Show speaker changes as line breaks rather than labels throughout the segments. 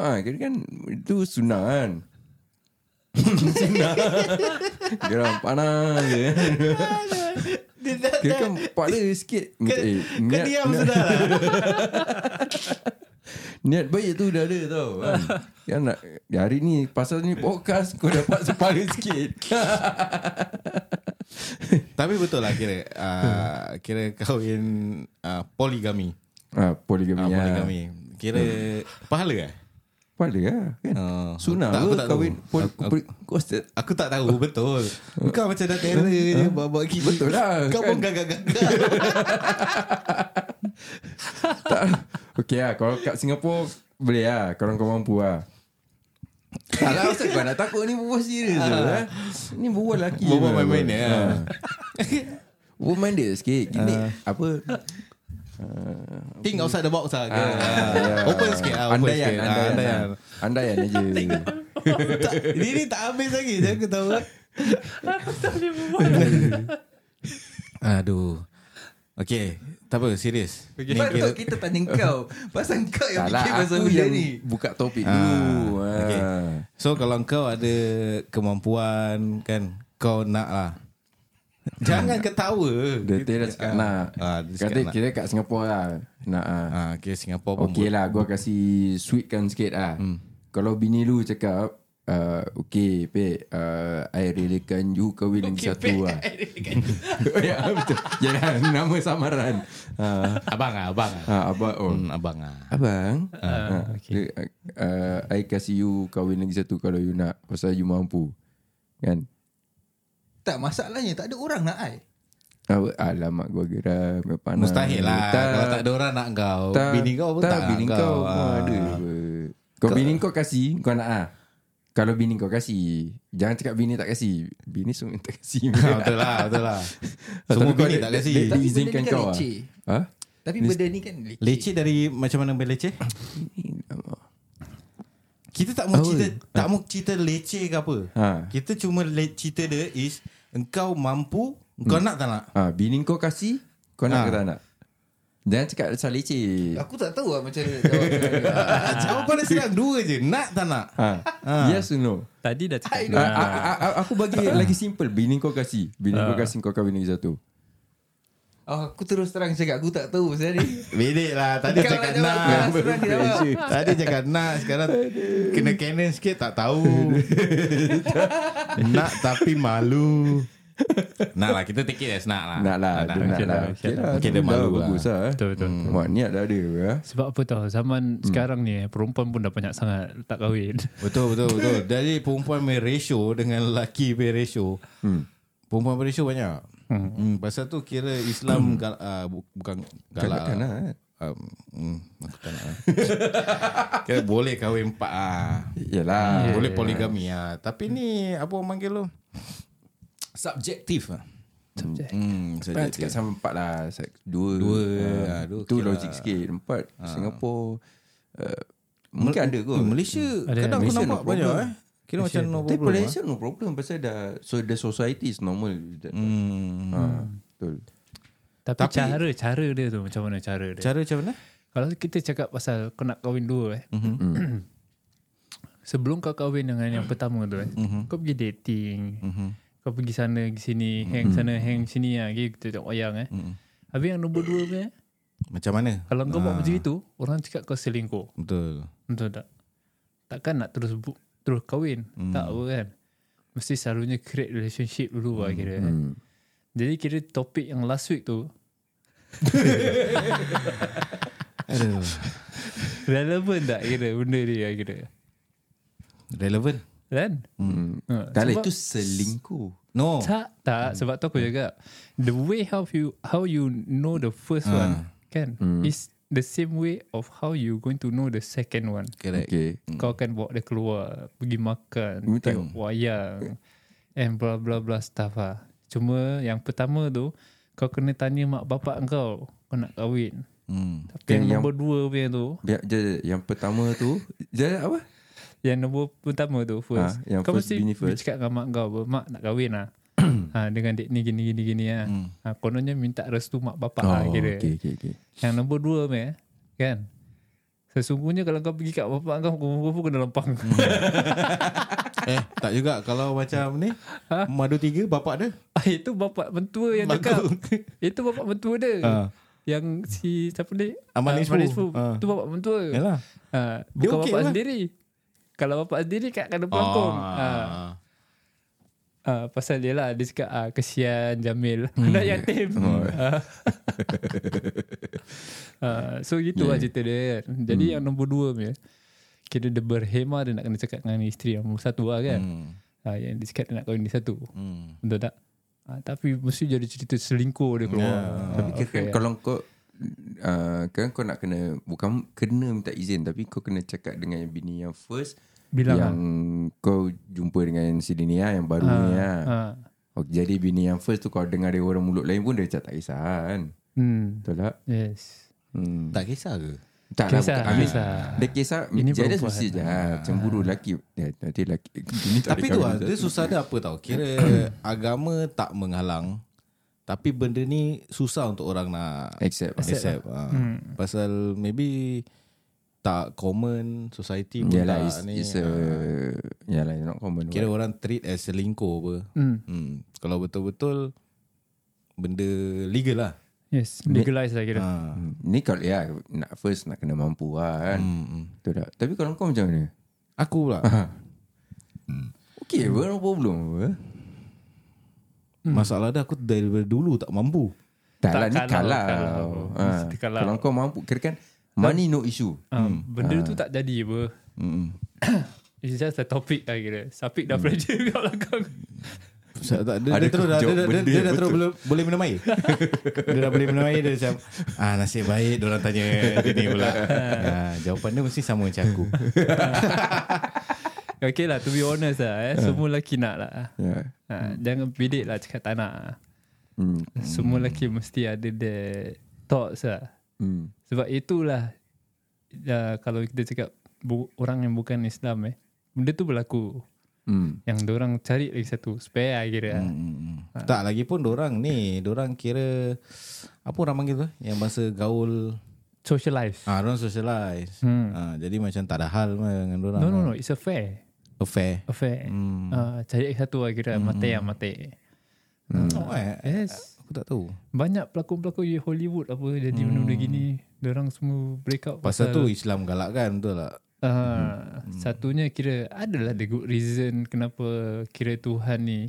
Ha, kira kan itu sunnah kan. sunnah. Dia orang panas je.
Dia tak,
Kira kan kepala sikit.
ke,
eh,
ke
niat,
diam
niat,
sudah lah.
niat baik tu dah ada tau. Kan? kan nak, hari ni pasal ni podcast kau dapat sepala sikit.
Tapi betul lah kira uh, Kira kahwin uh, poligami
ha, poligami.
uh,
Ah,
Ha,
Poligami Kira Pahala eh?
Kepala lah kan.
Ah,
Uh,
Sunnah
tak,
ke
aku tak
kahwin?
tahu.
Pol,
Aku-
pol, kau start
Aku tak tahu betul Kau macam dah terror je Bawa-bawa gigi
Betul lah,
Kau
kan?
pun gagak-gagak
tak. Okey lah, kalau kat Singapore boleh lah. Kalau kau mampu lah. Tak lah, Ustaz kau nak takut ni berbual serius tu. Ha. Ni berbual lelaki.
Ah. Berbual
je,
main-main
berbual.
je, ah.
Ha. Berbual main dia sikit. Gini, apa...
Think outside the box lah kira.
Ah, ya.
Ah, Open sikit ah, open
Andaian,
sikit. Ah,
andaian. Andaian, andaian aja.
Tak, Dia ni tak habis lagi Jangan aku tahu
Aku tak boleh berbual.
Aduh Okay Tak apa serius Ni
Patut kita tanya kau Pasal kau yang
Salah,
fikir pasal
lah, aku
benda
yang
ni
buka topik
Ah,
dulu.
okay.
Ha.
So kalau kau ada kemampuan kan kau nak lah. Jangan ketawa.
Hmm. Dia tidak cakap nak.
Ah, dia
Kata
cakap nak.
kira kat Singapura lah. Nak ah.
Ah, okay, Singapura pun.
Okey lah Gua kasi Sweetkan sikit lah
Hmm.
Kalau bini lu cakap uh, Okay Pek uh, I relakan you Kahwin okay, satu lah oh, ya, betul. Ya dah, Nama samaran uh,
Abang ah, abang ah.
uh, Abang oh.
Hmm, abang ah.
Abang
Ah,
uh,
okay.
okay. uh, I kasi you Kahwin lagi satu Kalau you nak Pasal you mampu Kan
Tak masalahnya Tak ada orang nak I
Ah, Alamak gua geram panas.
Mustahil lah Kalau tak ada orang nak kau
Tak,
Oh, Bini kau pun tak, nak
bini kau pun
Ah.
ada apa. Kau bini kau kasih Kau nak ah Kalau bini kau kasih Jangan cakap bini tak kasih Bini semua tak kasih
Ah, Betul lah Betul lah Semua
Tapi kau
bini
ada-
tak
dia-
kasi
dia-
Tapi benda
Izinkan
ni kan
kau ah.
leceh
Ha?
Tapi
Ni-
benda ni kan leceh
Leceh dari Macam mana boleh leceh Kita tak mau
Awal.
cerita Tak mau cerita leceh ke apa
Ha.
Kita cuma le- cerita dia is Engkau mampu Engkau nak tak nak
ha, Bini kau kasih Kau nak
Ah.
ke tak nak Jangan cakap pasal leceh
Aku tak tahu lah macam mana nak jawab
Ah, Jawapan dia senang Dua je Nak tak nak
ha. Yes or no
Tadi dah cakap.
Ah, ah, ah, ah, Aku bagi lagi simple Bini kau kasih Bini kau kasih kau kahwin lagi satu
oh, Aku terus terang cakap Aku tak tahu pasal ni
Bedek lah Tadi
Kau
cakap
nak jawab,
nak
kau nak jawab.
Tadi cakap nak Sekarang Kena canon sikit Tak tahu Nak tapi malu Nak lah Kita take it as nak lah
Nak lah Dia nak
Okey
lah
lah,
Okey
okey
lah
Okey, dia
tu dah
malu lah.
Bagus lah eh.
Betul, betul,
Hmm, Mak niat dah ada eh.
Sebab apa tau Zaman hmm. sekarang ni Perempuan pun dah banyak sangat Tak kahwin
Betul betul betul Dari perempuan punya ratio Dengan lelaki punya ratio hmm. Perempuan punya ratio banyak hmm. Hmm, Pasal tu kira Islam gal, uh, Bukan
Hmm.
galak
Galakkan lah, eh.
um, hmm, Aku tak nak lah. Kira boleh kahwin empat ah.
Yelah
Yeah. Boleh poligami ah. Tapi ni apa orang panggil lu? Subjektif ah.
Subjektif.
Hmm,
Saya cakap
subjektif.
sama empat lah Sa- Dua
Dua,
Ah,
ah, dua
Tu
okey
logik
lah.
sikit Empat Singapura uh, Mungkin ada kot
Eh, Malaysia
Ada,
kadang
ada.
aku
Malaysia
nampak
no
banyak
problem.
eh. Kira macam no
Tapi
problem. ah.
Malaysia no problem Pasal dah So the society is normal with that.
Hmm.
Ah, Betul
Tapi,
Tapi-
Tapi cara Cara dia tu Macam mana cara dia
Cara macam mana?
Kalau kita cakap pasal Kau nak kahwin dua eh Sebelum kau kahwin Dengan yang pertama tu eh Kau pergi dating Kau pergi sana pergi sini Hang sana hang sini lah Pergi tengok wayang eh Habis yang nombor dua punya eh,
Macam mana?
Kalau kau buat macam itu Orang cakap kau selingkuh
Betul.
Betul tak? Takkan nak terus bu- terus kahwin. Hmm. Tak apa kan? Mesti selalunya create relationship dulu lah kira. Hmm. Jadi kira topik yang last week tu
Aduh.
relevan tak kira benda ni lah kira.
Relevant?
Kan?
Hmm.
Ha,
Kalau
sebab-
itu selingkuh
No.
Tak, tak. Sebab tu aku cakap the way how you how you know the first uh. one kan mm. is the same way of how you going to know the second one.
Correct.
Okay
Kau akan bawa dia keluar Pergi makan Tengok wayang And blah blah blah stuff lah Cuma yang pertama tu Kau kena tanya mak bapak kau Kau nak kahwin
Hmm.
Yang
Tapi yang,
yang-
nombor dua punya tu
Biar, je, Yang pertama tu je, Apa?
Yang nombor pertama tu first
Ah, yang
Kau
first bini
mesti
first.
cakap dengan mak kau apa, Mak nak kahwin lah ha, Dengan dek ni gini gini gini lah
Hmm. Oh,
ha, Kononnya minta restu mak bapak lah kira
okay, okay, okay.
Yang nombor dua punya Kan Sesungguhnya kalau kau pergi kat bapak kau Kumpul-kumpul kena lempang
Hmm.
Eh tak juga Kalau macam ni Madu tiga bapak dia
Ah, Itu bapak mentua yang cakap Itu bapak mentua dia
Ah.
Yang si Siapa ni
Ahmad
Ah,
Isfu. Ah.
Itu bapak mentua
Yalah
Ah,
Dia
Bukan
okey
bapak
lah.
sendiri Kalau bapak sendiri kat kena pelangkong Ah. Ah, Pasal dia lah Dia cakap ah, Kesian Jamil
Hmm.
Anak yatim
Oh.
Ah. Ah, So gitu lah cerita dia kan Jadi
Hmm.
yang nombor dua punya Kira dia berhema Dia nak kena cakap dengan isteri Yang nombor satu lah kan
Hmm.
Ah, Yang dia cakap dia nak kahwin di satu
Hmm.
Betul tak? Ha, tapi mesti jadi cerita selingkuh dia keluar.
Ya.
Yeah.
Ah,
Tapi okay. kan kalau kau uh, kan kau nak kena bukan kena minta izin tapi kau kena cakap dengan yang bini yang first
Bilang lah.
yang kau jumpa dengan si bini lah, yang baru
Ah.
ni lah.
ha.
Oh, jadi bini yang first tu kau dengar dari orang mulut lain pun dia cakap tak kisah kan.
Hmm.
Betul tak?
Yes.
Hmm.
Tak kisah ke
Tak
Kisah,
lah. bukan-
kisah.
Dia kisah
Ini
Ini jadi
perempuan. Ah.
susi je. Ha, cemburu lelaki. Ya, nanti lelaki. Ini tak boleh
Tapi tu
kahwin
lah
satu.
Dia susah dia apa tau Kira agama tak menghalang Tapi benda ni Susah untuk orang nak
Accept. lah.
accept lah. Pasal maybe Tak common Society pun
Yalah, ya
tak
lah, it's,
ni ah.
it's a... Yalah, it's not common.
Kira orang treat as selingkuh apa
Hmm.
hmm. Kalau betul-betul Benda legal lah
Yes. Legalize lah kira.
ha.
Hmm. Ni kalau ya nak first nak kena mampu lah kan.
hmm. hmm.
Betul tak? Tapi kalau kau macam mana?
Aku pula
Okey, hmm. apa problem apa?
Masalah dia aku dari dulu tak mampu
Tak
Tak
lah, ni
kalau,
kalau.
kalau.
Ha.
Mesti kalau.
kalau. kau mampu, kira kan money no issue.
Ha. Benda tu tak jadi apa.
hmm.
It's just a topic lah kira. Sapik dah pressure kat belakang.
Sa- tak, Dia,
Ada
dia terus dah, dia,
jawab
dia, dia,
benda
dia dah
betul.
terus boleh, boleh minum air Dia dah boleh minum air Dia macam ah, Nasib baik orang tanya Dia ni pula ah, Jawapan dia mesti sama macam aku
Okay lah. To be honest lah. Eh. Semua lelaki nak lah.
Ya.
Ha. Jangan bidik lah cakap tak nak.
Hmm.
Semua lelaki mesti ada the thoughts lah.
Hmm.
Sebab itulah uh, kalau kita cakap bu- orang yang bukan Islam eh. Benda tu berlaku.
Hmm.
Yang orang cari lagi satu spare lah kira. Hmm.
Hmm. Tak lagi pun orang ni, orang kira apa orang panggil tu? eh? Yang bahasa gaul,
Socialize.
ah orang socialize.
Hmm.
Ah, jadi macam tak ada hal pun dengan orang.
No no no, it's a fair.
Affair.
A fair.
Hmm.
Ah, cari satu lah kira mati yang mati.
Oh, eh.
Yes.
Aku tak tahu.
Banyak pelakon-pelakon di Hollywood apa jadi benda-benda gini. Diorang semua break up
Mm. Pasal tu Islam galak kan betul tak?
Ah, Satunya kira adalah the good reason kenapa kira Tuhan ni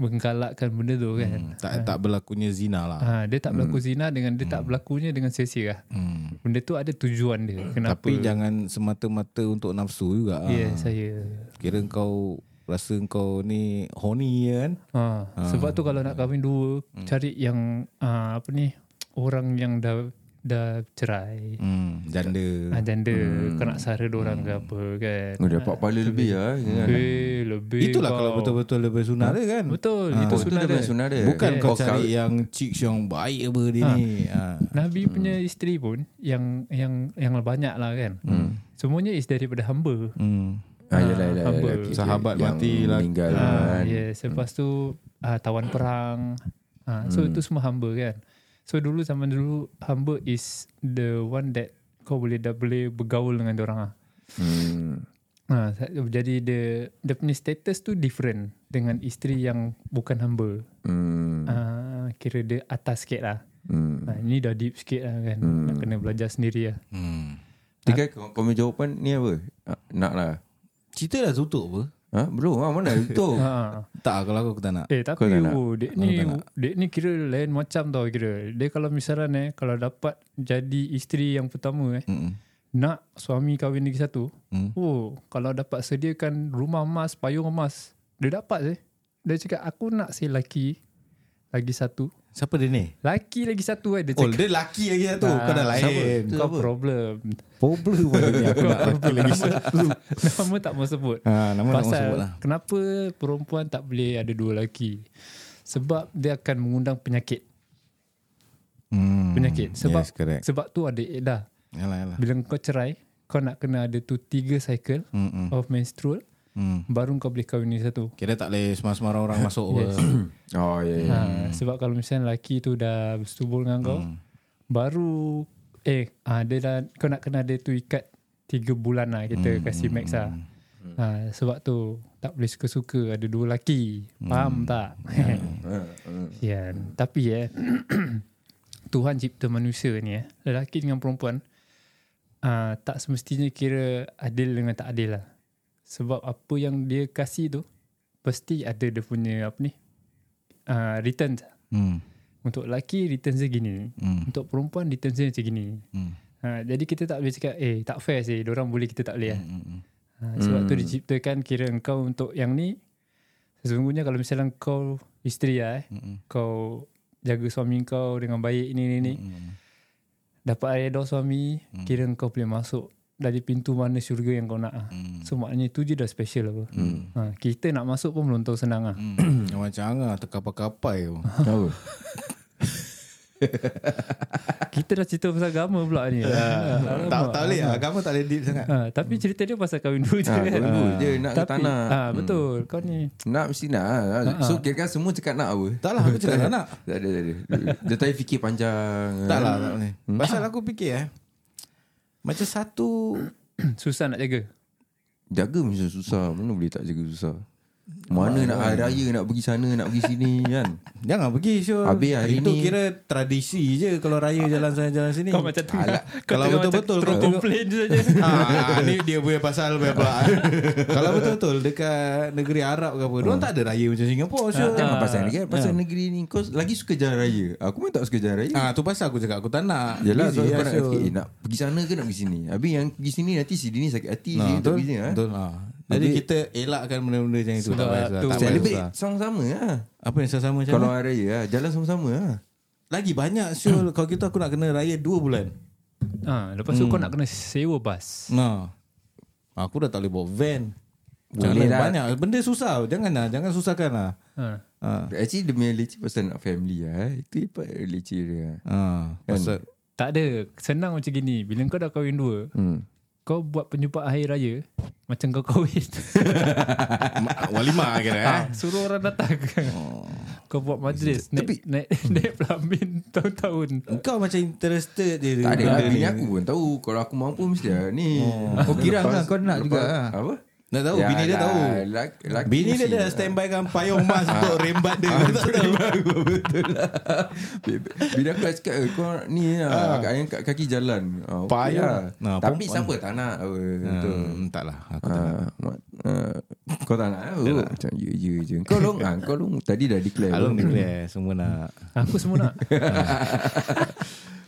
menggalakkan benda tu kan.
Hmm, Tak tak berlakunya zina lah.
Ah, dia tak berlaku zina dengan dia tak
Mm.
berlakunya dengan sia-sia lah.
Hmm.
Benda tu ada tujuan dia. Kenapa?
Tapi jangan semata-mata untuk nafsu juga. ah.
Ya, saya.
Kira kau rasa kau ni horny je kan?
Ah.
Ha, sebab tu kalau nak kahwin dua,
Hmm.
cari yang ah, apa ni, orang yang dah dah cerai.
Hmm, janda.
Ah, janda, kau nak sara orang ke apa kan.
Oh, Hmm. dapat pahala lebih lah. Jangan.
Eh, lebih
Itulah
kau.
kalau betul-betul lebih sunat dia kan?
Betul, itu
Oh, tu
sunnah
dia
dia.
bukan sunnah dia.
Bukan
Eh,
kau cari yang chicks yang baik apa dia ni. Ha.
Hmm.
Nabi punya isteri pun yang yang yang banyak lah kan.
Hmm.
Semuanya is daripada hamba.
Hmm.
Ah, yalah, yalah,
hamba.
yalah. Okay,
Sahabat
yang
mati lah.
Meninggal
Ah,
kan. Hmm.
yes, lepas tu ah, tawan perang. Ah, so itu semua hamba kan. So dulu zaman dulu hamba is the one that kau boleh dah boleh bergaul dengan orang ah.
Hmm.
Ha, jadi dia dia punya status tu different dengan isteri yang bukan hamba.
Hmm.
Ah, kira dia atas sikit lah.
Hmm.
Ha, ini dah deep sikit lah kan. Nak kena belajar sendiri lah.
Hmm.
Tiga, kau kau punya jawapan ni apa? Ah, Nak lah.
Cerita dah tutup apa?
Ha? Belum lah, mana tu?
Ha.
Tak lah kalau aku, aku tak nak.
Eh tapi
Kau tak nak?
oh, dek ni dek ni kira lain macam tau kira. Dia kalau misalnya eh kalau dapat jadi isteri yang pertama eh
Mm-mm.
nak suami kahwin lagi satu.
Hmm.
Oh, kalau dapat sediakan rumah emas, payung emas, dia dapat eh. Dia cakap aku nak si laki lagi satu.
Siapa dia ni?
Laki lagi satu eh dia
Oh,
cakap. Ah,
dia lelaki lagi satu. Kau dah lain.
Kau problem.
Problem pun ni aku nak lelaki lagi satu.
Nama tak mau sebut.
Ha, nama nak
Pasal
sebut lah.
kenapa perempuan tak boleh ada dua lelaki? Sebab dia akan mengundang penyakit.
Hmm.
penyakit sebab
Yes, correct.
sebab tu ada edah
Yalah, yalah.
bila kau cerai kau nak kena ada tu tiga cycle
Mm-mm.
of menstrual
Hmm.
baru kau boleh kahwin ni satu
Kira tak boleh semara-semara orang masuk apa.
Yes.
Oh, ya, ya.
Eh. Hmm. ha, sebab kalau misalnya laki tu dah bersetubuh dengan kau baru Eh ah, dia dah, Kau nak kena dia tu ikat Tiga bulan lah Kita kasi max lah ah, Sebab tu Tak boleh suka-suka Ada dua lelaki Faham tak yeah. Tapi eh Tuhan cipta manusia ni eh Lelaki dengan perempuan ah, Tak semestinya kira Adil dengan tak adil lah Sebab apa yang dia kasih tu Pasti ada dia punya Apa ni ah, Return
Hmm.
untuk lelaki return dia gini. Hmm. Untuk perempuan return dia macam gini. Hmm. Ha, jadi kita tak boleh cakap eh tak fair sih. Diorang boleh kita tak boleh. Hmm. Ha, sebab tu diciptakan kira engkau untuk yang ni sesungguhnya kalau misalnya kau isteri lah eh. Hmm. Kau jaga suami kau dengan baik ni ni ni. Hmm. Dapat redha suami kira engkau boleh masuk dari pintu mana syurga yang kau nak ah. So maknanya tu je dah special apa. Ha, kita nak masuk pun belum tahu senang ah.
Yang macam Angah terkapai-kapai tu.
Tahu.
Kita dah cerita pasal agama pula ni.
Ya,
Alamak.
tak, tak boleh lah. Agama tak boleh deep sangat.
Ha, tapi cerita dia pasal kahwin dulu je.
Ha,
kan?
kahwin dulu je, nak ke
Tapi-
tak nak. Hmm.
Ha, betul. Kau ni.
Nak mesti nak ah. So kira kan semua cakap nak apa
Tak lah, aku cakap tak nak.
Tak ada tak ada Dia tadi fikir panjang kan?
Tak lah, tak boleh. Pasal aku fikir eh. Macam satu
Susah nak jaga.
Jaga macam susah Mana boleh tak jaga susah Mana nak hari raya Nak pergi sana Nak pergi sini kan
Jangan pergi Syul
Habis hari
Itu
ni-
kira tradisi je Kalau raya jalan sana jalan sini
Kau macam tengah.
Alah,
Kau
Ah, lah. Kalau
tengah
betul-betul
macam
kau
terus
tengok-
complain je saja.
ha, Ni dia punya pasal punya pula Kalau betul-betul Dekat negeri Arab ke apa Diorang tak ada raya macam Singapura Syul
Jangan pasal ni kan Pasal negeri ni Kau lagi suka jalan raya Aku pun tak suka jalan raya
Ah tu pasal aku cakap aku tak nak.
Yelah so,
Busy lah,
kau nak
Syul.
fikir eh, Nak pergi sana ke nak pergi sini Habis yang pergi sini Nanti si Dini sakit hati
Nah,
Sini tak
betul,
pergi sini ha?
betul, ha. Jadi
Habis-
kita elakkan benda-benda macam itu tak
Sebab
payah susah,
tu-
tak payah
Celebrate
susah.
sama-sama lah
Apa yang sama macam
Kalau
mana?
hari raya lah Jalan sama-sama lah
Lagi banyak Syul Kalau kita aku nak kena raya 2 bulan
Ha, lepas
Hmm.
tu kau nak kena sewa bas.
Nah Aku dah tak boleh bawa van
Boleh
Jangan
lah.
banyak Benda susah Jangan lah Jangan susahkan lah
Ha.
ha.
Actually dia punya leceh pasal nak family lah eh. Itu part leceh dia ah.
ha.
Kan.
Pasal
Tak ada. Senang macam gini. Bila kau dah kahwin dua,
hmm.
kau buat penyumpaan hari raya, macam kau kahwin.
Ma-
kan,
Walimah kira eh
ha, suruh orang datang.
Oh.
Kau buat majlis. Naik, naik, naik pelamin tahun-tahun.
Kau macam interested je
Tak ada
dengan
lah
benda
Bini
ni.
aku pun tahu Kalau aku mampu mesti lah Ni
Oh, kira lah, kau nak juga lah.
Apa?
Nak tahu
Ya
Bini dia tahu
lak- laki
Bini dia
mesti
dah
lah. Ah.
standby kan Payung mas Untuk rembat dia Kau tak tahu
Bi- Bini aku dah cakap eh, Kau ni lah Ayam kat kaki jalan Ah, okey
Ah. Payung.
lah.
Nah,
Tapi
perempuan.
siapa tak nak apa, Betul
Hmm, Tak lah Aku tak
Ah, mak- ah, Kau tak nak eh? Oh, Macam ya ya je Kau long ah, Kau long Tadi dah declare
Along declare Semua nak
Aku semua nak.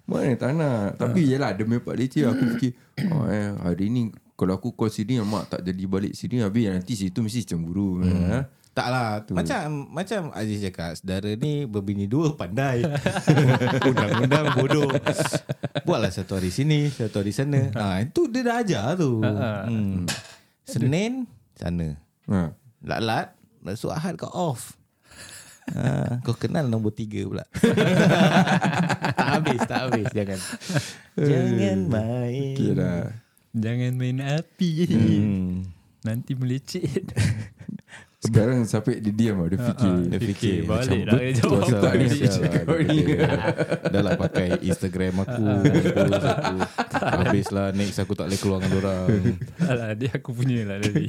Mana tak nak Tapi
Ah.
yelah Dia punya part leceh Aku fikir oh, eh, Hari ni Kalau aku call sini Mak tak jadi balik sini Habis nanti situ Mesti cemburu hmm. ha?
Tak lah Macam Macam Aziz cakap Saudara ni Berbini dua pandai Undang-undang bodoh Buatlah satu hari sini Satu hari sana ha, Itu dia dah ajar tu hmm. Senin Sana
ha.
Lat-lat Besok Ahad kau off ha, Kau kenal nombor tiga pula Tak habis Tak habis Jangan Jangan main
Okay lah
Hmm.
Jangan main api. Nanti melecet.
Sekarang sampai dia diam lah Dia
Ah,
fikir
Dia fikir
Fikir
macam
balik lah dia
betul
jawab
asal
tak
ni
ni.
sial lah dia kata. Dah lah pakai Instagram aku
Ah.
post aku. Habis lah Next aku tak boleh keluar dengan dorang
Alah, dia lah. aku punya lah tadi.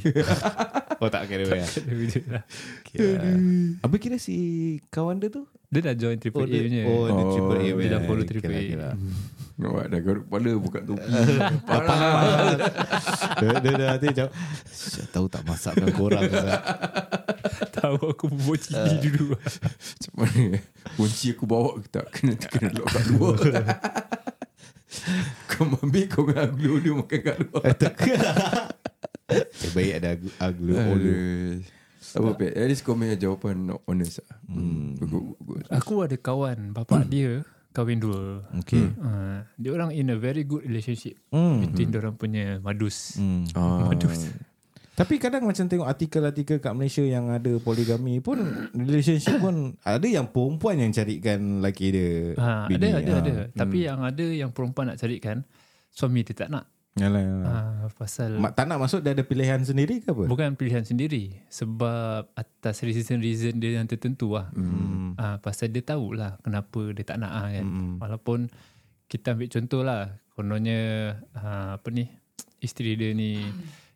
Oh tak kira ya. Habis kira si Kawan dia tu
dia dah join triple A punya.
Oh dia triple A
dia dah
punya.
follow
Kira,
triple A.
kira.
Nampak dah garuk kepala Buka topi
Ah. Dia dia dah hati macam "Sial, Tahu tak masakkan korang
Tahu aku buat
Ah.
cili dulu.
Macam mana Kunci aku bawa ke tak Kena kena lock kat luar Kau ambil kau dengan aglo Dia makan kat luar
Eh, Baik ada aglu- aglu olu.
Aduh. Apa Pat At least kau punya jawapan Honest lah hmm. Good, good.
Aku ada kawan, bapak
Hmm.
dia kahwin dua.
Okay
Uh, dia orang in a very good relationship
Hmm.
between dia orang punya madus.
Hmm.
Ah.
Madus.
Tapi kadang macam tengok artikel-artikel kat Malaysia yang ada poligami pun relationship pun ada yang perempuan yang carikan laki dia.
Ha,
bini.
ada ada
Ah.
ada. Tapi yang ada yang perempuan nak carikan suami dia tak nak.
Yalah, yalah.
Uh, pasal
Mak tak nak masuk dia ada pilihan sendiri ke apa?
Bukan pilihan sendiri Sebab atas reason-reason dia
Hmm.
yang tertentu lah hmm. Pasal dia tahulah kenapa dia tak nak ah, kan ah, Walaupun kita ambil contoh lah kononnya uh, apa ni isteri dia ni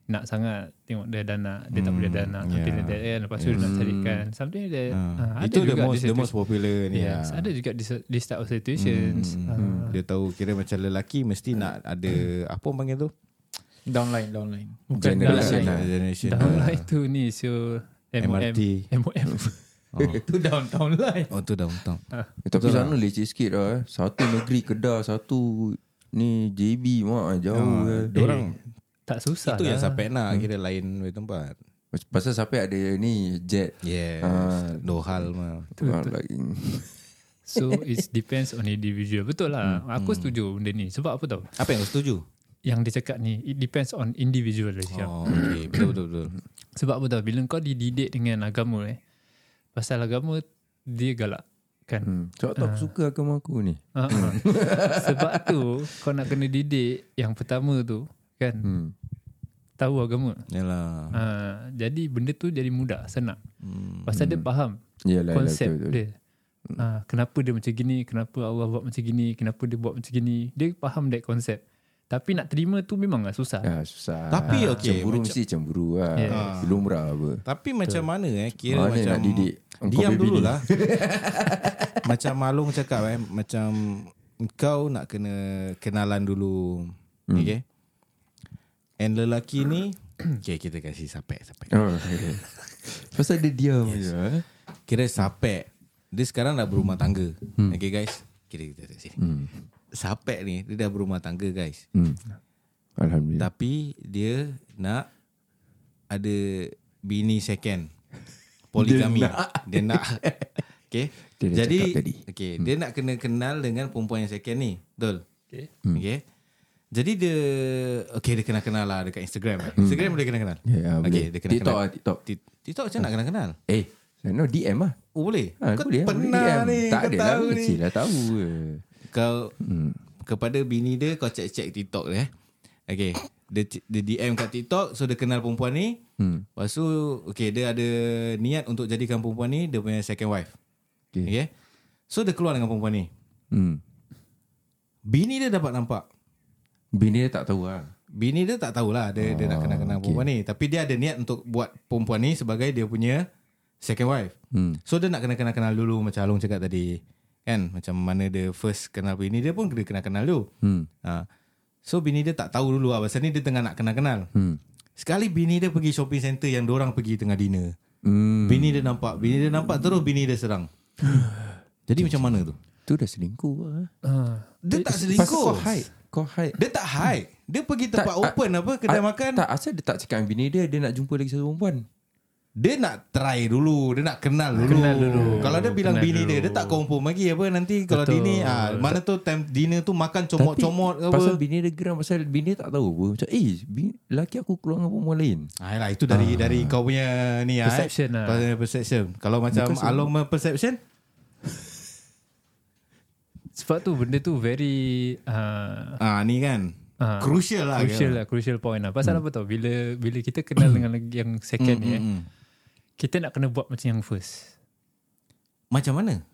nak sangat tengok dia ada anak dia
Hmm.
tak boleh ada
Ya.
anak something like that kan lepas tu dia nak carikan something like that Ah, ada
Ha. Itu the
juga
most
di
the
situ.
most popular ni.
yes,
ah.
ada juga this, this type of situations
Hmm.
Ah,
Dia tahu kira macam lelaki mesti nak ada apa orang panggil tu?
Downline, downline.
bukan
Generation
downline
lah.
Generation.
downline tu ni so MOM
MRT.
MOM
Itu down, downline.
Oh tu downtown.
Eh, Tapi sana leceh sikit lah eh. Satu negeri Kedah Satu Ni JB mak Jauh eh.
Orang
tak susah
itu
lah.
yang sampai nak kira lain punya tempat.
Eh, Pasal sampai ada ni Jet
Yes.
Ah.
Dohal mah.
Ah, lagi.
So it depends on individual Betul lah hmm. Aku setuju benda ni Sebab apa tau
Apa yang kau setuju?
Yang dia cakap ni It depends on individual dia cakap.
Oh, okay. betul betul betul.
Sebab apa tau Bila kau dididik dengan agama eh Pasal agama Dia galak Kan hmm.
Hmm. Sebab tu aku suka agama aku ni
uh-huh. Sebab tu Kau nak kena didik Yang pertama tu Kan hmm. Tahu agama
Yalah.
uh, Jadi benda tu jadi mudah Senang hmm. Pasal dia faham
Yalah, yalah,
konsep
betul, betul.
dia.
Hmm.
Ah, kenapa dia macam gini, kenapa Allah buat macam gini, kenapa dia buat macam gini. Dia faham that konsep. Tapi nak terima tu memanglah
Ya.
susah.
ah, Susah
Tapi okey,
Cemburu mesti cemburu lah
Yes.
Belum murah apa
Tapi macam mana eh kira
Mana
macam
nak didik engkau
Diam
baby
dulu
ni?
lah. macam Malung cakap eh macam kau nak kena kenalan dulu. Hmm. Okay. And lelaki ni Okay kita kasih sapek sapek.
oh, okay. Pasal dia diam yes. je eh.
Kira sapek Dia sekarang dah berumah tangga hmm. Okay guys Kira kita kat sini hmm. Sapek ni Dia dah berumah tangga guys
hmm. Alhamdulillah
Tapi dia nak ada bini second. Poligami. Dia nak. Dia nak. Okay.
Dia dah
Jadi
cakap tadi.
okay, hmm. dia nak kena kenal dengan perempuan yang second ni. Betul. Okay. Hmm. okay. Jadi dia okay dia kena kenal lah dekat Instagram. Eh. Instagram boleh kena kenal.
Ya, ya, boleh.
okay, dia kena
TikTok
kenal.
lah, TikTok.
Ti- TikTok macam nak kena kenal.
Eh Sana DM lah
Oh boleh.
Ah,
kau
boleh,
pernah
boleh DM.
ni.
Tak
kau
ada lah
tahu ni.
Mesti lah tahu je.
Kau Kepada bini dia Kau check-check TikTok dia eh. Okay dia, dia DM kat TikTok So dia kenal perempuan ni hmm. Lepas tu Okay dia ada Niat untuk jadikan perempuan ni Dia punya second wife Okay, okay? So dia keluar dengan perempuan ni
hmm.
Bini dia dapat nampak
Bini dia tak tahu lah
Bini dia tak tahulah Dia, oh, dia nak kenal-kenal okay. perempuan ni Tapi dia ada niat untuk Buat perempuan ni Sebagai dia punya Second wife
Hmm.
So dia nak kenal-kenal dulu Macam Alung cakap tadi Kan Macam mana dia first kenal bini Dia pun kena kenal-kenal dulu
Hmm.
ha. So bini dia tak tahu dulu lah Pasal ni dia tengah nak kenal-kenal
Hmm.
Sekali bini dia pergi shopping centre Yang orang pergi tengah dinner
Hmm.
Bini dia nampak Bini dia nampak terus Bini dia serang Jadi macam mana tu
Tu dah selingkuh lah
Ah,
Dia tak
Pasal kau
selingkuh
hide Kau hide
Dia tak hide Dia pergi tempat open apa Kedai
Ah,
makan
Tak asal dia tak cakap dengan bini dia Dia nak jumpa lagi satu perempuan
Dia nak try dulu Dia nak kenal dulu,
Kenal dulu.
Kalau dia bilang
Kenal
bini
dulu.
dia Dia tak confirm lagi apa Nanti kalau
Betul.
dini ah, Mana tu time dinner tu Makan comot-comot ke apa
Pasal bini dia geram Pasal bini dia tak tahu apa Macam eh bini, Laki aku keluar dengan perempuan lain
Ah, Ayolah itu dari dari kau punya ni ah, eh.
Perception lah.
Kau punya perception. Kalau macam Along punya perception,
Sebab tu benda tu very uh,
ah ni kan.
Ah,
crucial lah. Hmm.
crucial lah, crucial point lah. Pasal apa tau bila bila kita kenal dengan lagi yang second ni eh, kita nak kena buat macam yang first.
Macam mana?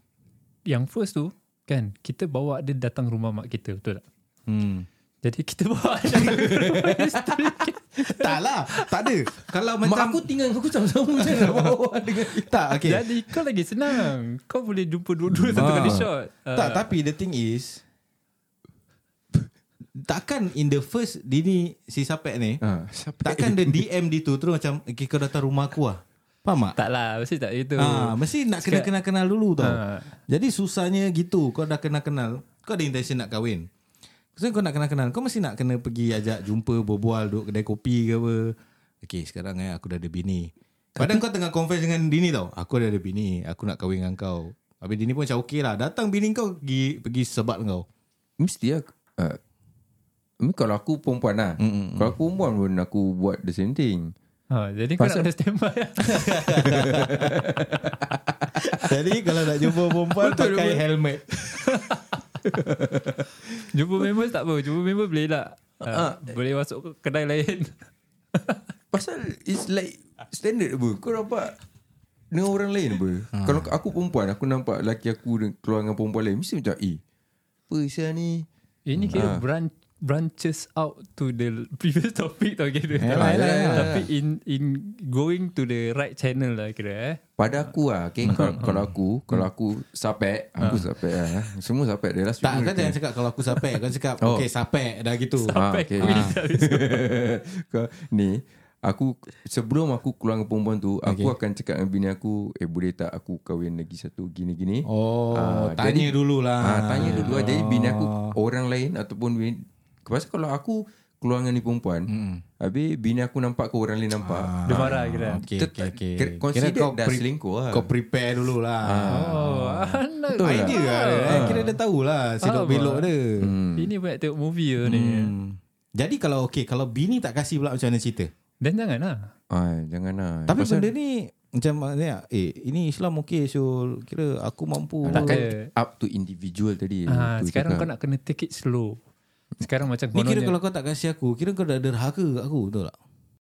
Yang first tu kan kita bawa dia datang rumah mak kita betul tak?
Hmm.
Jadi kita bawa dia datang rumah isteri kita.
tak lah. Tak ada. Kalau macam
Mak aku tinggal dengan aku sama-sama Macam mana nak bawa dengan
tak okay.
Jadi kau lagi senang. Kau boleh jumpa dua-dua satu
Ah.
kali shot. Ah.
Tak tapi the thing is takkan in the first dini si Sapek ni
Ah, Sapek.
takkan dia DM di tu terus macam okay, kau datang rumah aku lah. Faham tak?
Tak lah, mesti tak gitu.
Ah, mesti nak kena kenal kenal dulu tau.
Ah.
Jadi susahnya gitu. Kau dah kenal kenal, kau ada intention nak kahwin. So kau nak kenal kenal, kau mesti nak kena pergi ajak jumpa berbual duduk kedai kopi ke apa. Okay sekarang eh aku dah ada bini. Padahal kau tengah confess dengan Dini tau. Aku dah ada bini, aku nak kahwin dengan kau. Habis Dini pun macam okay lah. Datang bini kau pergi pergi sebat kau.
Mesti lah uh, Kalau aku perempuan lah mm Kalau aku perempuan pun Aku buat the same thing
Ha, jadi kau nak kena standby.
Jadi kalau nak jumpa perempuan pakai helmet.
Jumpa members tak apa. Jumpa member boleh tak? Ha,
Ah.
Boleh masuk ke kedai lain.
Pasal It's like Standard apa Kau nampak Dengan orang lain apa
Ha.
Kalau aku perempuan Aku nampak laki aku de- Keluar dengan perempuan lain Mesti macam Eh Apa siapa ni
Ini
Ah.
kira branch, branches out to the previous topic tau kira.
Yalah, yalah, yalah.
Tapi in in going to the right channel lah kira eh.
Pada aku lah
Hmm.
okay, kalau, kalau aku Kalau aku sapek Aku sapek lah Semua sapek Dia last
Tak
week
kan
ni.
jangan cakap Kalau aku sapek Kan cakap
Oh.
Okay sapek Dah gitu
Ah,
Sampai
okay.
we
Ah.
tak-
Kau- Ni Aku Sebelum aku keluar dengan perempuan tu Aku
Okay.
akan cakap dengan bini aku Eh boleh tak aku kahwin lagi satu Gini-gini
Oh
Ah,
Tanya
jadi-
dulu lah
Ah, tanya dulu lah. Jadi bini aku
Ah.
orang lain ataupun bini. Pasal kalau aku keluar dengan ni perempuan, hmm. habis bini aku nampak ke orang lain nampak.
Ah,
Dia marah kira.
Okay,
Tet-
okay, okay.
kira- consider dah selingkuh lah.
Kau prepare dulu lah.
Ah.
Oh, anak
Betul idea lah. dia, eh. Kira dah tahulah silok
Faham
belok
lah.
dia.
Hmm.
Ini banyak tengok movie lah ni.
ya.
Hmm. Jadi kalau okay, kalau bini tak kasih pula macam mana cerita?
Eh,
Dan jangan lah.
Ah, jangan lah.
Tapi benda ni macam mana eh ini Islam okey Syul kira aku mampu
Takkan
Boleh.
up to individual tadi.
Ah,
Tu
sekarang
cakap.
kau nak kena take it slow. Sekarang macam
ni kira
kononnya-
kalau kau tak kasih aku kira kau dah derhaka kat aku betul tak